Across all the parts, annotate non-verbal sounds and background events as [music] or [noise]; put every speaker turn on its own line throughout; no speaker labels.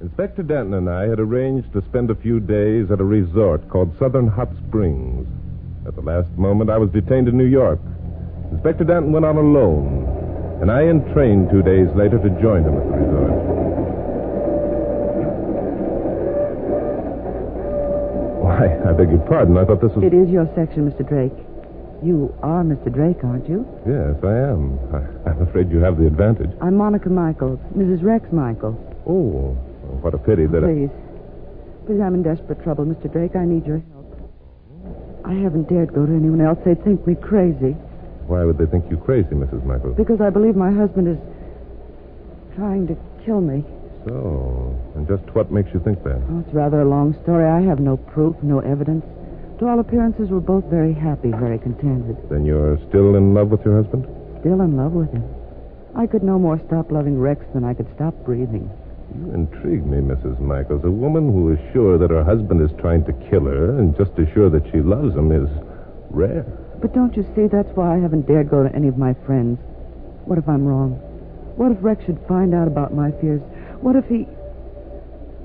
Inspector Danton and I had arranged to spend a few days at a resort called Southern Hot Springs. At the last moment, I was detained in New York. Inspector Danton went on alone, and I entrained two days later to join him at the resort. Why, I beg your pardon. I thought this was.
It is your section, Mr. Drake. You are Mr. Drake, aren't you?
Yes, I am. I, I'm afraid you have the advantage.
I'm Monica Michaels, Mrs. Rex Michael.
Oh, what a pity that.
Please. Please, I'm in desperate trouble, Mr. Drake. I need your help. I haven't dared go to anyone else. They'd think me crazy
Why would they think you crazy, Mrs. Michael?
because I believe my husband is trying to kill me.
So, and just what makes you think that?
Oh, it's rather a long story. I have no proof, no evidence. To all appearances, we're both very happy, very contented.
Then you're still in love with your husband?
Still in love with him. I could no more stop loving Rex than I could stop breathing.
You intrigue me, Mrs. Michaels. A woman who is sure that her husband is trying to kill her and just as sure that she loves him is rare.
But don't you see, that's why I haven't dared go to any of my friends. What if I'm wrong? What if Rex should find out about my fears? What if he.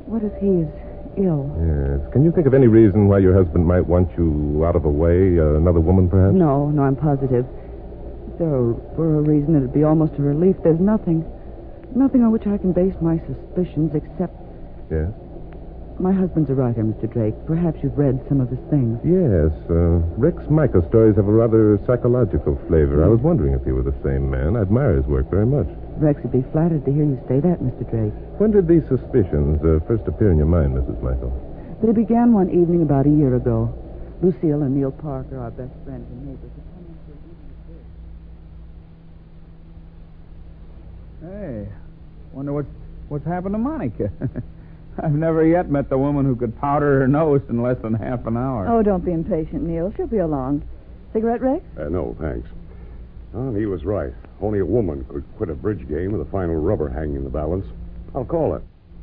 What if he is ill?
Yes. Can you think of any reason why your husband might want you out of the way? Uh, another woman, perhaps?
No, no, I'm positive. If there were a reason, it'd be almost a relief. There's nothing. Nothing on which I can base my suspicions except.
Yes.
My husband's a writer, Mr. Drake. Perhaps you've read some of his things.
Yes. Uh, Rex Michaels' stories have a rather psychological flavor. I was wondering if he were the same man. I admire his work very much.
Rex would be flattered to hear you say that, Mr. Drake.
When did these suspicions uh, first appear in your mind, Mrs. Michael?
They began one evening about a year ago. Lucille and Neil Parker, our best friends and neighbors, had come in for an evening of beer.
Hey, wonder what's what's happened to Monica. [laughs] I've never yet met the woman who could powder her nose in less than half an hour.
Oh, don't be impatient, Neil. She'll be along. Cigarette, Rex?
Uh, no, thanks. Oh, he was right. Only a woman could quit a bridge game with a final rubber hanging in the balance. I'll call her.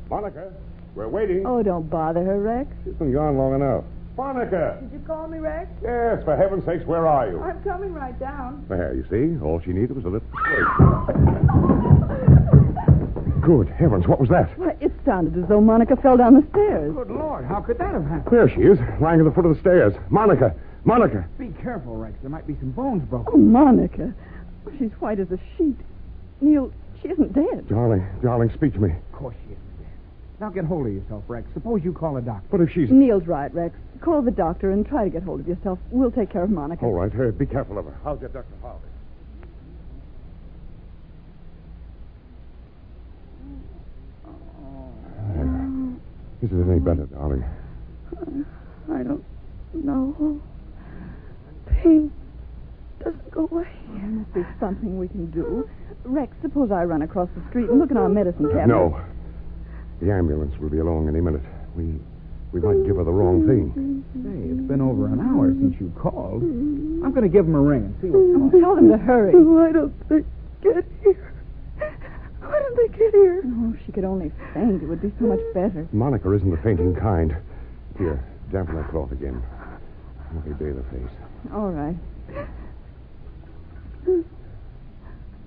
Monica, we're waiting.
Oh, don't bother her, Rex.
She's been gone long enough. Monica!
Did you call me, Rex?
Yes, for heaven's sakes, where are you?
I'm coming right down.
There, you see, all she needed was
[laughs]
a little persuasion. Good heavens, what was that?
Why, it sounded as though Monica fell down the stairs.
Good Lord, how could that have happened?
There she is, lying at the foot of the stairs. Monica! Monica!
Be careful, Rex. There might be some bones broken.
Oh, Monica. Oh, she's white as a sheet. Neil, she isn't dead.
Darling, darling, speak to me.
Of course she isn't dead. Now get hold of yourself, Rex. Suppose you call a doctor.
But if she's.
Neil's right, Rex. Call the doctor and try to get hold of yourself. We'll take care of Monica.
All right, here, be careful of her. I'll get Dr. Harvey. Uh, Is it any better, darling?
I don't know. Pain doesn't go away.
There's something we can do. Rex, suppose I run across the street and look in our medicine cabinet.
No. The ambulance will be along any minute. We we might give her the wrong thing.
Say, it's been over an hour since you called. I'm going to give him a ring and see what's
Oh, tell them to hurry.
Why don't they get here? Why don't they get here?
Oh, if she could only faint. It would be so much better.
Monica isn't the fainting kind. Here, dampen that cloth again. Let me bathe her face.
All right.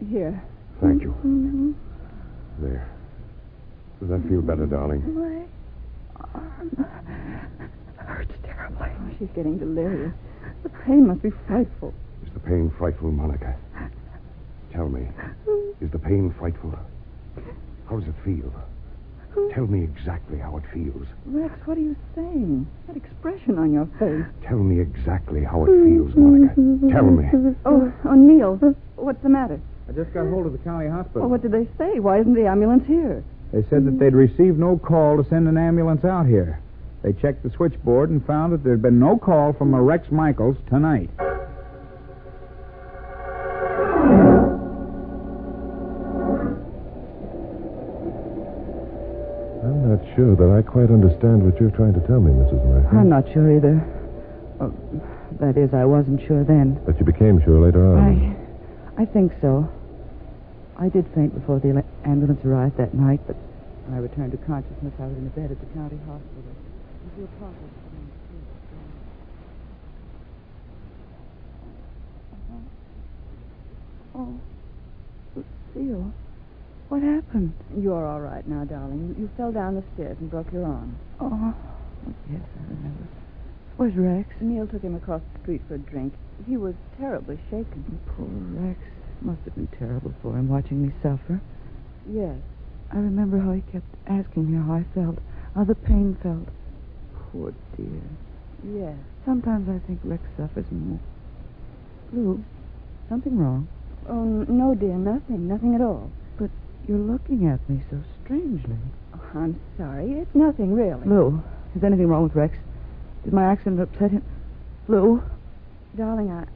Here.
Thank you.
Mm-hmm.
There. Does that feel better, darling?
My arm hurts terribly.
Oh, she's getting delirious. The pain must be frightful.
Is the pain frightful, Monica? Tell me, is the pain frightful? How does it feel? Tell me exactly how it feels.
Rex, what are you saying? That expression on your face.
Tell me exactly how it feels, Monica. Tell me.
Oh, oh, Neil. What's the matter?
I just got hold of the county hospital.
Oh, what did they say? Why isn't the ambulance here?
They said that they'd received no call to send an ambulance out here. They checked the switchboard and found that there'd been no call from a Rex Michaels tonight.
I'm not sure that I quite understand what you're trying to tell me, Mrs. Michael.
I'm not sure either. Oh, that is, I wasn't sure then.
But you became sure later on.
I, I think so. I did faint before the ele- ambulance arrived that night, but when I returned to consciousness, I was in a bed at the county hospital. Lucille Parker was coming to see us.
Oh, Lucille.
What happened?
You're all right now, darling. You, you fell down the stairs and broke your arm.
Oh, yes, I remember. Where's Rex?
Neil took him across the street for a drink. He was terribly shaken.
Poor Rex. Must have been terrible for him watching me suffer.
Yes.
I remember how Oh, he kept asking me how I felt, how the pain felt. Poor dear.
Yes.
Sometimes I think Rex suffers more. Lou, something wrong.
Oh, n- no, dear, nothing. Nothing at all.
You're looking at me so strangely.
Oh, I'm sorry. It's nothing, really.
Lou, is anything wrong with Rex? Did my accident upset him? Lou,
Darling, I,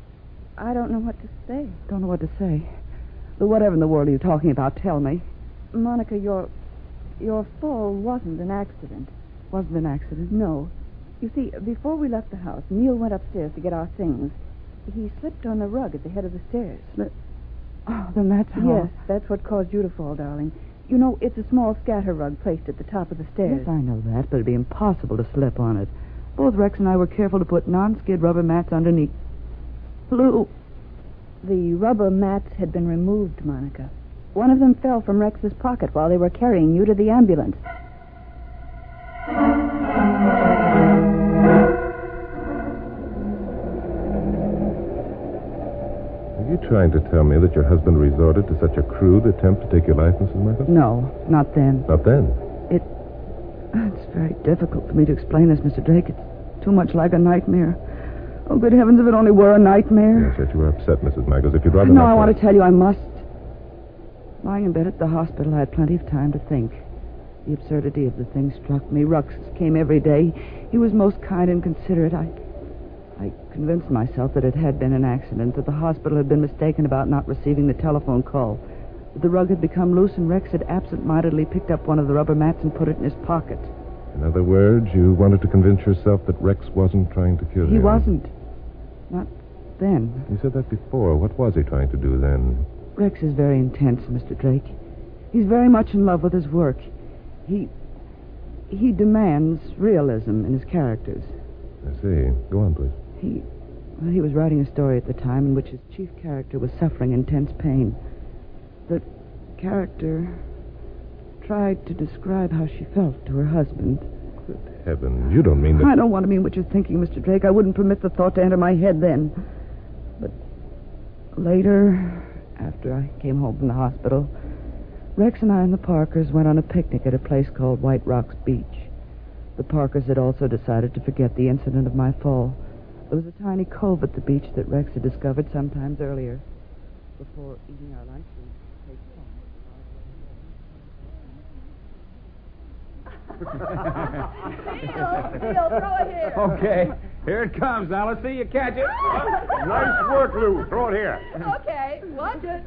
I don't know what to say.
don't know what to say. Lou, whatever in the world are you talking about? Tell me.
Monica, your, your fall wasn't an accident.
Wasn't an accident.
No. You see, before we left the house, Neil went upstairs to get our things. He slipped on the rug at the head of the stairs.
Oh, then that's
Yes, that's what caused you to fall, darling. You know, it's a small scatter rug placed at the top of the stairs.
Yes, I know that, but it'd be impossible to slip on it. Both Rex and I were careful to put non-skid rubber mats underneath. Lou,
The rubber mats had been removed, Monica. One of them fell from Rex's pocket while they were carrying you to the ambulance.
Are you trying to tell me that your husband resorted to such a crude attempt to take your life, Mrs. Michaels?
no, not then.
Not then.
It's very difficult for me to explain this, Mr. Drake. It's too much like a nightmare. Oh, good heavens, if it only were a nightmare.
Yes, yet you were upset, Mrs. Michaels. If you'd rather
No,
not
I want
tell-
to tell you I must. Lying in bed at the hospital, I had plenty of time to think. The absurdity of the thing struck me. Rux came every day. He was most kind and considerate. I, I convinced myself that it had been an accident, that the hospital had been mistaken about not receiving the telephone call. that The rug had become loose, and Rex had absent-mindedly picked up one of the rubber mats and put it in his pocket.
In other words, you wanted to convince yourself that Rex wasn't trying to kill you.
He wasn't. Not then.
You said that before. What was he trying to do then?
Rex is very intense, Mr. Drake. He's very much in love with his work. He he demands realism in his characters.
I see. Go on, please.
He well, he was writing a story at the time in which his chief character was suffering intense pain. The character tried to describe how she felt to her husband.
Heaven, you don't mean that.
I don't want to mean what you're thinking, Mr. Drake. I wouldn't permit the thought to enter my head then. But later, after I came home from the hospital, Rex and I and the Parkers went on a picnic at a place called White Rocks Beach. The Parkers had also decided to forget the incident of my fall. There was a tiny cove at the beach that Rex had discovered sometimes earlier. Before eating our lunch, we played pong.
Okay. Here it comes. Now let's see you catch it.
Nice work, Lou. Throw it here.
Okay, watch it.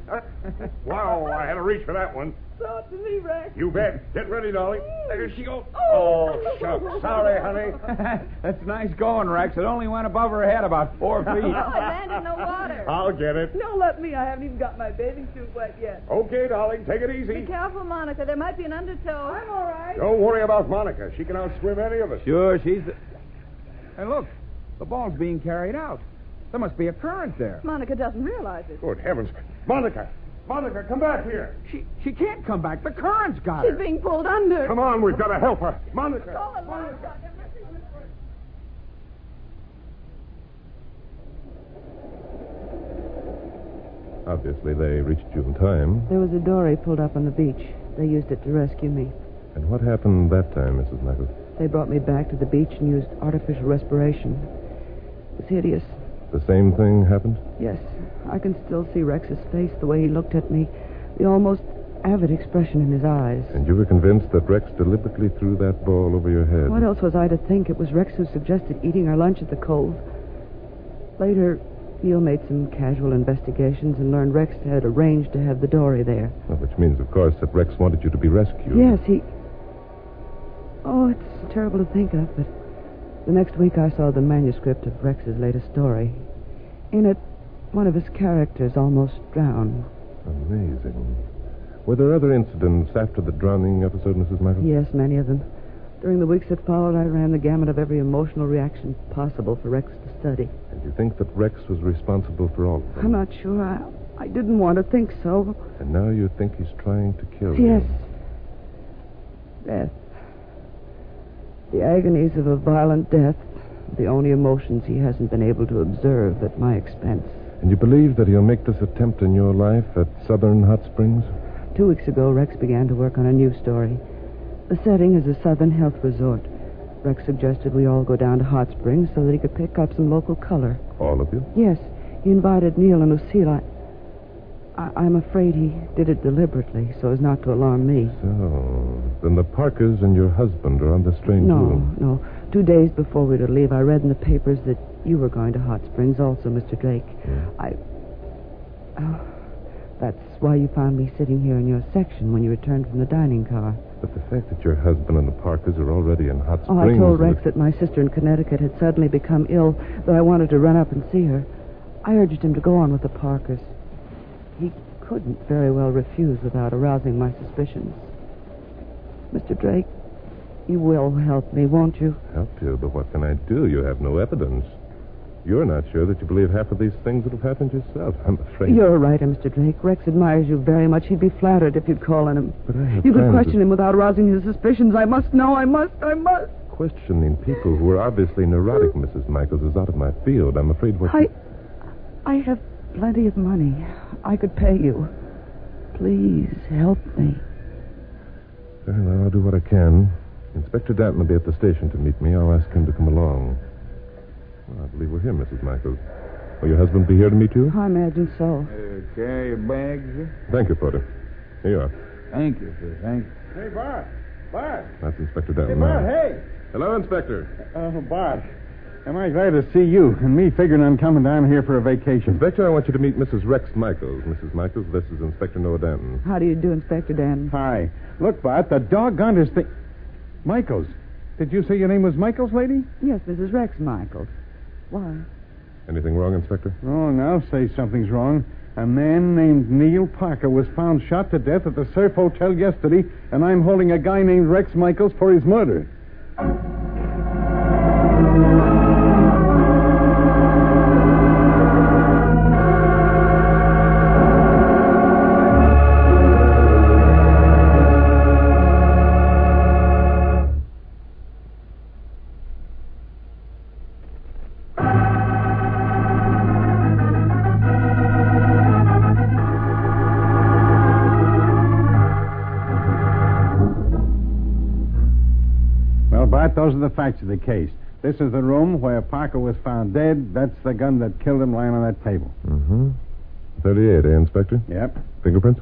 Wow, I had to reach for that one.
Throw it to me, Rex.
You bet. Get ready, darling. There she goes. Oh, shucks. Sorry, honey.
[laughs] That's nice going, Rex. It only went above her head about four
Oh,
feet.
it landed in the water.
I'll get it.
No, let me. I haven't even got my bathing suit wet yet.
Okay, darling. Take it
Be
easy.
careful, Monica. There might be an undertow. I'm all right.
Don't worry about Monica. She can outswim any of us.
sure, she's. The... And look, the ball's being carried out. There must be a current there.
Monica doesn't realize it.
Good heavens. Monica. Monica, come back here.
She she can't come back. The current's got
She's
her.
being pulled under.
Come on, we've got to help her. Monica.
Call the lifeguard. Everything is-
Obviously, they reached you in time.
There was a dory pulled up on the beach. They used it to rescue me.
And what happened that time, Mrs. Michaels?
They brought me back to the beach and used artificial respiration. It was hideous.
The same thing happened?
Yes, I can still see Rex's face, the way he looked at me, the almost avid expression in his eyes.
And you were convinced that Rex deliberately threw that ball over your head?
What else was I to think? It was Rex who suggested eating our lunch at the cove. Later, Neil made some casual investigations and learned Rex had arranged to have the dory there.
Well, which means, of course, that Rex wanted you to be rescued.
Yes, he. Oh, it's terrible to think of, but the next week I saw the manuscript of Rex's latest story. In it, one of his characters almost drowned.
Amazing. Were there other incidents after the drowning episode, Mrs. Michaels?
Yes, many of them. During the weeks that followed, I ran the gamut of every emotional reaction possible for Rex to study.
And you think that Rex was responsible for all of them?
I'm not sure. I, I
I didn't want to think so.
And now you think he's trying to kill you.
Yes. Death. The agonies of a violent death, the only emotions he hasn't been able to observe at my expense.
And you believe that he'll make this attempt in your life at Southern Hot Springs?
Two weeks ago, Rex began to work on a new story. The setting is a southern health resort. Rex suggested we all go down to Hot Springs so that he could pick up some local color.
All of you?
Yes, he invited Neil and Lucille. I, I, I'm afraid he did it deliberately so as not to alarm me.
So, then the Parkers and your husband are on the strange
No,
room.
no. Two days before we were to leave, I read in the papers that you were going to Hot Springs also, Mr. Drake. I. Oh, that's why you found me sitting here in your section when you returned from the dining car.
But the fact that your husband and the Parkers are already in Hot
Oh,
Springs.
I told
is-
Rex that my sister in Connecticut had suddenly become ill, that I wanted to run up and see her. I urged him to go on with the Parkers. He couldn't very well refuse without arousing my suspicions. Mr. Drake, you will help me, won't you?
Help you, but what can I do? You have no evidence. You're not sure that you believe half of these things that have happened yourself, I'm afraid.
You're a writer, Mr. Drake. Rex admires you very much. He'd be flattered if you'd call on him.
But I have
You could
plans
question him without arousing his suspicions. I must know. I must. I must.
of Questioning people who are obviously neurotic, Mrs. Michaels, is out of my field. I'm afraid what.
I. I have plenty of money. I could pay you. Please help me.
Very well, I'll do what I can. Inspector Danton will be at the station to meet me. I'll ask him to come along. Well, I believe we're here, Mrs. Michaels. Will your husband be here to meet you?
I imagine so.
carry your bags, sir.
Thank you, Porter. Here you are.
Thank you, sir. Thank you.
Hey, Bart. Bart.
That's Inspector Danton.
Hey,
now.
Bart. Hey.
Hello, Inspector.
Oh, Bart. Am I glad to see you and me figuring on coming down here for a vacation?
Inspector, I want you to meet Mrs. Rex Michaels. Mrs. Michaels, this is Inspector Noah Danton.
How do you do, Inspector Dan?
Hi. Look, Bart, the doggonest thing. Michaels. Did you say your name was Michaels, lady?
Yes, Mrs. Rex Michaels. Why?
Anything wrong, Inspector?
Oh, now say something's wrong. A man named Neil Parker was found shot to death at the Surf Hotel yesterday, and I'm holding a guy named Rex Michaels for his murder. Well, Bart, those are the facts of the case. This is the room where Parker was found dead. That's the gun that killed him lying on that table.
Mm-hmm. 38, eh, Inspector?
Yep.
Fingerprints?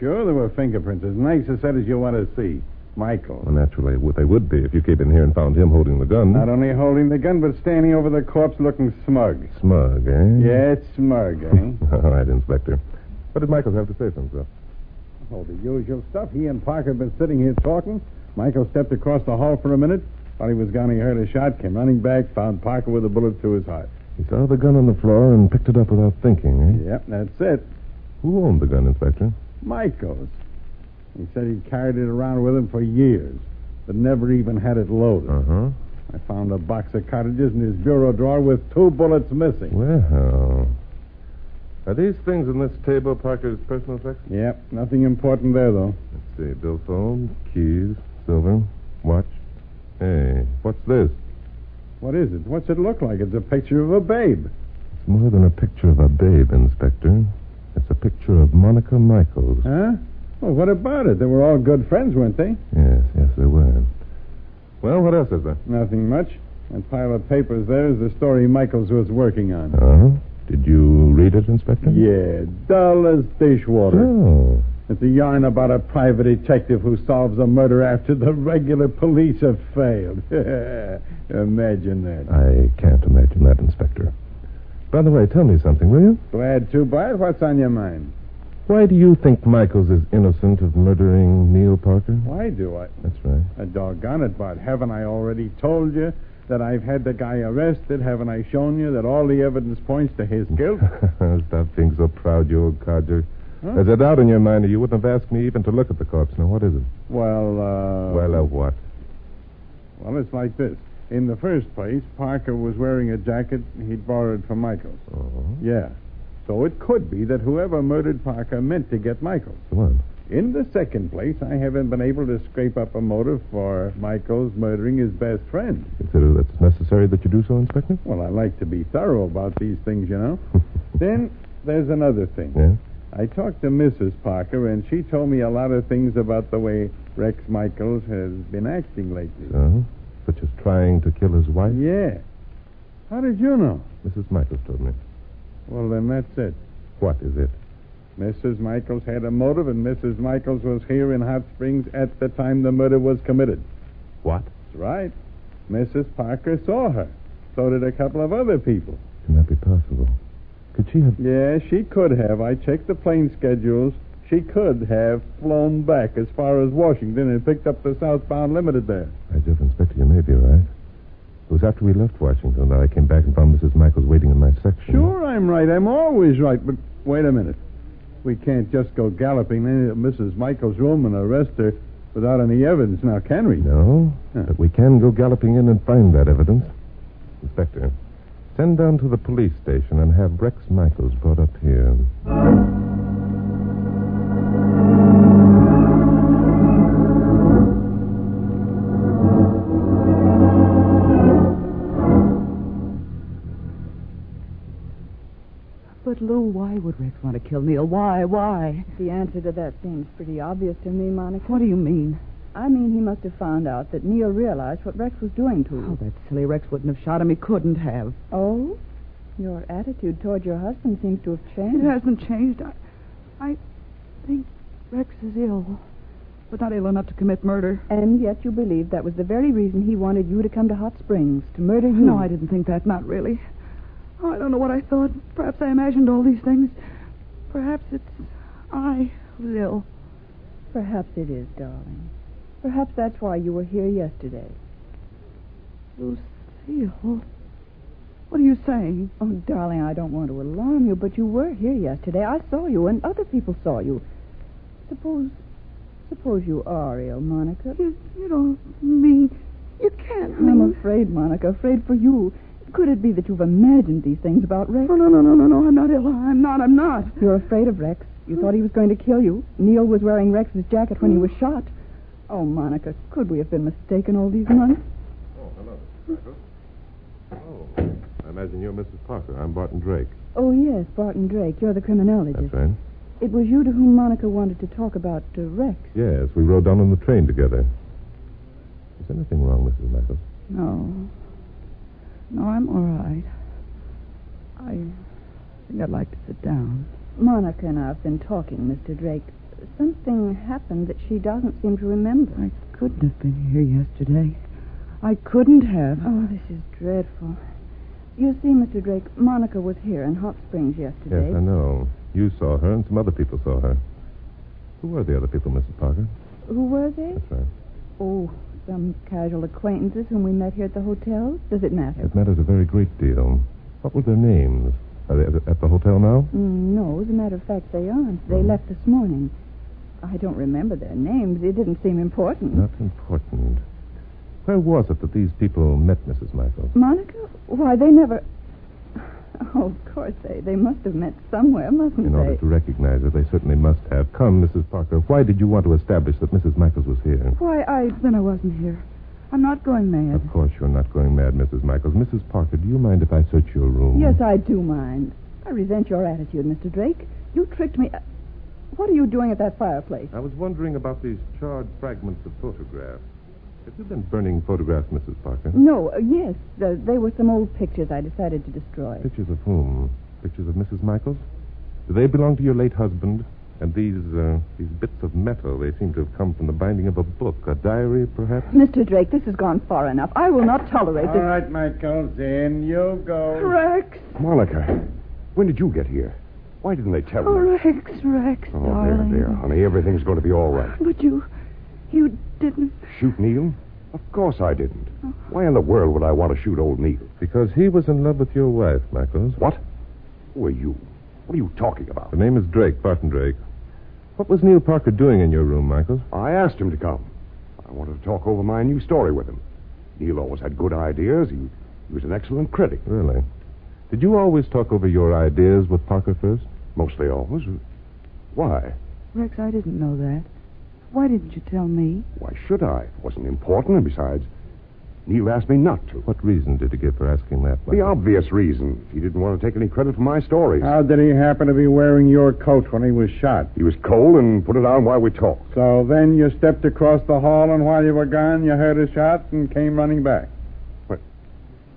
Sure, there were fingerprints. As nice a set as you want to see. Michael.
Well, naturally, what they would be if you came in here and found him holding the gun.
Not only holding the gun, but standing over the corpse looking smug.
Smug, eh?
Yes, smug, eh?
[laughs] All right, Inspector. What did Michaels have to say for himself?
oh, the usual stuff. He and Parker have been sitting here talking. Michael stepped across the hall for a minute. While he was gone, he heard a shot, came running back, found Parker with a bullet through his heart.
He saw the gun on the floor and picked it up without thinking, eh?
Yep, that's it.
Who owned the gun, Inspector?
Michael's. He said he'd carried it around with him for years, but never even had it loaded.
Uh-huh.
I found a box of cartridges in his bureau drawer with two bullets missing.
Well. Are these things in this table Parker's personal effects?
Yep, nothing important there, though.
Let's see. Billfold, keys, silver, watch. Hey, what's this?
What is it? What's it look like? It's a picture of a babe.
It's more than a picture of a babe, Inspector. It's a picture of Monica Michaels.
Huh? Well, what about it? They were all good friends, weren't they?
Yes, yes, they were. Well, what else is there?
Nothing much. That pile of papers there is the story Michaels was working on.
Oh? Did you read it, Inspector?
Yeah, dull as dishwater.
Oh.
It's a yarn about a private detective who solves a murder after the regular police have failed. [laughs] Imagine that.
I can't imagine that, Inspector. By the way, tell me something, will you?
Glad to, Bart. What's on your mind?
Why do you think Michaels is innocent of murdering Neil Parker?
Why do I?
That's right. [laughs]
Uh, doggone it, Bart. Haven't I already told you that I've had the guy arrested? Haven't I shown you that all the evidence points to his
[laughs]
guilt?
Stop being so proud, you old codger.
Huh?
There's a doubt in your mind, or you wouldn't have asked me even to look at the corpse. Now, what is it?
well, uh.
well, uh, what?
Well, it's like this. In the first place, Parker was wearing a jacket he'd borrowed from Michaels.
Oh.
Yeah. So it could be that whoever murdered Parker meant to get Michael.
What?
In the second place, I haven't been able to scrape up a motive for Michael's murdering his best friend.
Consider that's necessary that you do so, Inspector? [laughs]
Well, I like to be thorough about these things, you know. then there's another thing.
Yeah?
I talked to Mrs. Parker, and she told me a lot of things about the way Rex Michaels has been acting lately.
So? Uh-huh. Such as trying to kill his wife?
Yeah. How did you know?
Mrs. Michaels told me.
Well, then that's it.
What is it?
Mrs. Michaels had a motive, and Mrs. Michaels was here in Hot Springs at the time the murder was committed.
What?
That's right. Mrs. Parker saw her. So did a couple of other people.
Can that be possible? Could she have.
Yeah, she could have. I checked the plane schedules. She could have flown back as far as Washington and picked up the Southbound Limited there.
I just, Inspector, you may be right. It was after we left Washington that I came back and found Mrs. Michaels waiting in my section.
Sure, I'm right. I'm always right. But wait a minute. We can't just go galloping into Mrs. Michael's room and arrest her without any evidence now, can we?
No,
Huh.
but we can go galloping in and find that evidence. Inspector, send down to the police station and have Rex Michaels brought up here.
But, Lou, why would Rex want to kill Neil? Why? Why?
The answer to that seems pretty obvious to me, Monica.
What do you mean?
I mean, he must have found out that Neil realized what Rex was doing to
Oh,
him.
that silly Rex wouldn't have shot him. He couldn't have.
Oh? Your attitude toward your husband seems to have changed.
It hasn't changed. I, I think Rex is ill, but not ill enough to commit murder.
And yet you believe that was the very reason he wanted you to come to Hot Springs, to murder you.
No, I didn't think that. Not really. Oh, I don't know what I thought. Perhaps I imagined all these things. Perhaps it's I who's ill.
Perhaps it is, darling. Perhaps that's why you were here yesterday.
Lucille. What are you saying?
Oh, darling, I don't want to alarm you, but you were here yesterday. I saw you, and other people saw you. Suppose. Suppose you are ill, Monica.
You, you don't mean. You can't
I'm
mean.
afraid, Monica, afraid for you. Could it be that you've imagined these things about Rex?
Oh, no, no, no, no, no. I'm not ill. I'm not. I'm not.
You're afraid of Rex. You thought he was going to kill you. Neil was wearing Rex's jacket when he was shot. Oh, Monica, could we have been mistaken all these months?
Oh, hello, [laughs] Mrs. Michaels. Oh, I imagine you're Mrs. Parker. I'm Barton Drake.
Oh, yes, Barton Drake. You're the criminologist.
That's right.
It was you to whom Monica wanted to talk about uh, Rex.
Yes, we rode down on the train together. Is anything wrong, Mrs. Michaels?
No. No, I'm all right. I think I'd like to sit down.
Monica and I have been talking, Mr. Drake. Something happened that she doesn't seem to remember.
I couldn't have been here yesterday. I couldn't have.
Oh, this is dreadful. You see, Mr. Drake, Monica was here in Hot Springs yesterday.
Yes, I know. You saw her, and some other people saw her. Who were the other people, Mrs. Parker?
Who were they?
That's right.
Oh, some casual acquaintances whom we met here at the hotel. Does it matter?
It matters a very great deal. What were their names? Are they at the- at the hotel now?
Mm, no, as a matter of fact, they aren't. They left this morning. I don't remember their names. It didn't seem important.
Not important. Where was it that these people met Mrs. Michaels?
Monica? Why, they never. Oh, of course they. They must have met somewhere, mustn't
In order
they?
to recognize her, they certainly must have. Come, Mrs. Parker, why did you want to establish that Mrs. Michaels was here?
Why, I. Then I wasn't here. I'm not going mad.
Of course, you're not going mad, Mrs. Michaels. Mrs. Parker, do you mind if I search your room?
Yes, I do mind. I resent your attitude, Mr. Drake. You tricked me. Uh, What are you doing at that fireplace?
I was wondering about these charred fragments of photographs. Have you been burning photographs, Mrs. Parker?
No, uh, yes. Uh, they were some old pictures I decided to destroy.
Pictures of whom? Pictures of Mrs. Michaels? Do they belong to your late husband? And these uh, these bits of metal, they seem to have come from the binding of a book, a diary, perhaps?
Mr. Drake, this has gone far enough. I will not tolerate
All
this.
right, Michaels, in you go.
Rex!
Monica, when did you get here? Why didn't they tell
Oh,
me?
Rex, Rex,
Oh, there,
darling.
there, honey. Everything's going to be all right.
But you. You didn't.
Shoot Neil? Of course I didn't. Why in the world would I want to shoot old Neil?
Because he was in love with your wife, Michaels.
What? Who are you? What are you talking about?
The name is Drake, Barton Drake. What was Neil Parker doing in your room, Michaels?
I asked him to come. I wanted to talk over my new story with him. Neil always had good ideas. He, he was an excellent critic.
Really? Did you always talk over your ideas with Parker first?
Mostly always. Why?
Rex, I didn't know that. Why didn't you tell me?
Why should I? It wasn't important, and besides, Neil asked me not to.
What reason did he give for asking that?
The obvious reason. He didn't want to take any credit for my stories.
How did he happen to be wearing your coat when he was shot?
He was cold and put it on while we talked.
So then you stepped across the hall, and while you were gone, you heard a shot and came running back.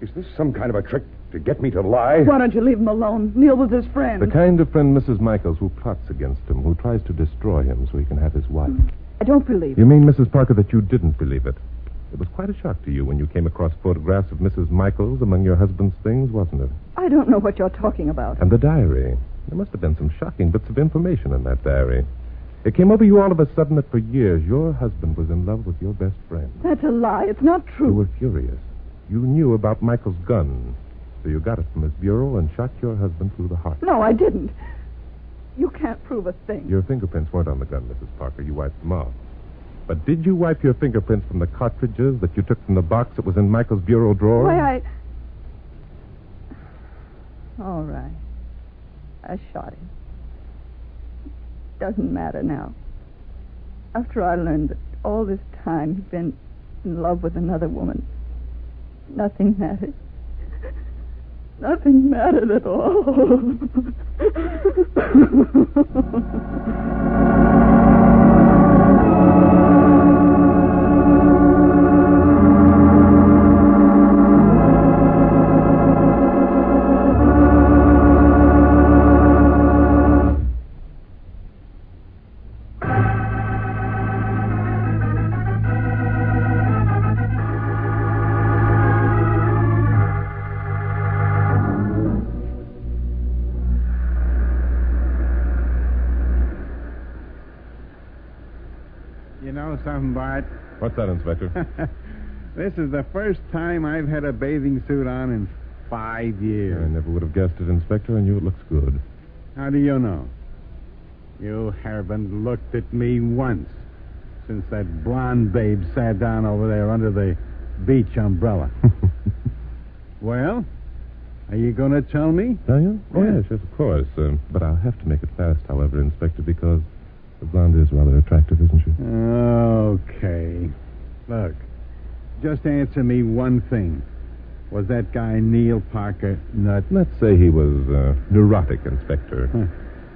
Is this some kind of a trick to get me to lie?
Why don't you leave him alone? Neil was his friend.
The kind of friend Mrs. Michaels who plots against him, who tries to destroy him so he can have his wife.
I don't believe
You mean, Mrs. Parker, that you didn't believe it? It was quite a shock to you when you came across photographs of Mrs. Michaels among your husband's things, wasn't it?
I don't know what you're talking about.
And the diary. There must have been some shocking bits of information in that diary. It came over you all of a sudden that for years your husband was in love with your best friend.
That's a lie. It's not
You
true.
were furious. You knew about Michael's gun, so you got it from his bureau and shot your husband through the heart.
No, I didn't. You can't prove a thing.
Your fingerprints weren't on the gun, Mrs. Parker. You wiped them off. But did you wipe your fingerprints from the cartridges that you took from the box that was in Michael's bureau drawer?
Why, I. All right. I shot him. Doesn't matter now. After I learned that all this time he'd been in love with another woman, nothing mattered. Nothing mattered at [laughs] all.
You know something, Bart?
What's that, Inspector? [laughs]
this is the first time I've had a bathing suit on in five
I
years.
never would have guessed it, Inspector. I knew it looks good.
How do you know? You haven't looked at me once since that blonde babe sat down over there under the beach [laughs] umbrella. well, are you going to tell me?
Are you? Oh,
Yeah.
yes, yes, of course. Um, but I'll have to make it fast, however, Inspector, because the blonde is rather attractive, isn't she?
Okay. Look, just answer me one thing. Was that guy Neil Parker nut?
Let's say he was uh, neurotic, Inspector.
Huh.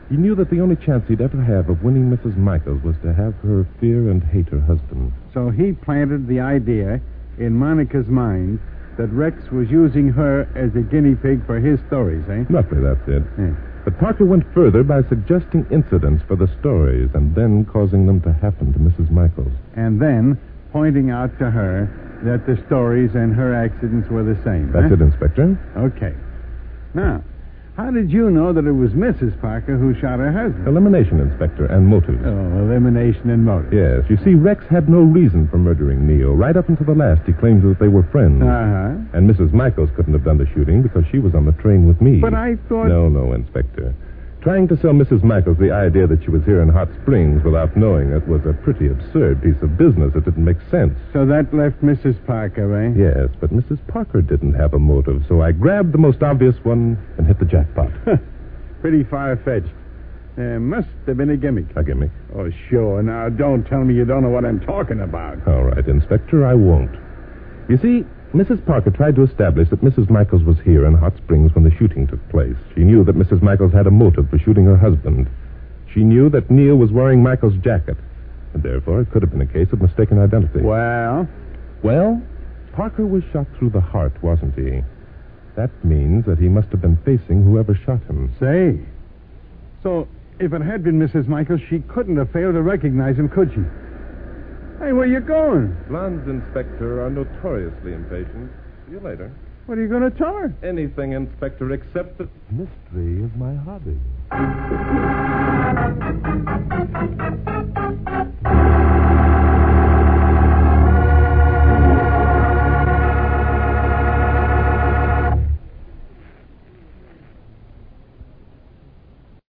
He knew that the only chance he'd ever have of winning Mrs. Michaels was to have her fear and hate her husband.
So he planted the idea in Monica's mind that Rex was using her as a guinea pig for his stories, eh?
Roughly, that's it.
Yeah.
But Parker went further by suggesting incidents for the stories and then causing them to happen to Mrs. Michaels.
And then pointing out to her that the stories and her accidents were the same.
That's
huh?
it, Inspector.
Okay. Now, how did you know that it was Mrs. Parker who shot her husband?
Elimination, Inspector, and motives.
Oh, elimination and motive.
Yes, you see, Rex had no reason for murdering Neil. Right up until the last, he claimed that they were friends.
Uh huh.
And Mrs. Michaels couldn't have done the shooting because she was on the train with me.
But I thought.
No, no, Inspector. Trying to sell Mrs. Michaels the idea that she was here in Hot Springs without knowing it was a pretty absurd piece of business. It didn't make sense.
So that left Mrs. Parker, eh?
Yes, but Mrs. Parker didn't have a motive, so I grabbed the most obvious one and hit the
[laughs]
jackpot.
Pretty far fetched. There must have been a gimmick.
A gimmick.
Oh, sure. Now, don't tell me you don't know what I'm talking about.
All right, Inspector, I won't. You see, Mrs. Parker tried to establish that Mrs. Michaels was here in Hot Springs when the shooting took place. She knew that Mrs. Michaels had a motive for shooting her husband. She knew that Neil was wearing Michaels' jacket, and therefore it could have been a case of mistaken identity.
Well,
Well, Parker was shot through the heart, wasn't he? That means that he must have been facing whoever shot him.
say. So, if it had been Mrs. Michaels, she couldn't have failed to recognize him, could she? Hey, where you going?
Blondes, Inspector, are notoriously impatient. See you later.
What are you going to tell her?
Anything, Inspector, except the mystery of my hobby.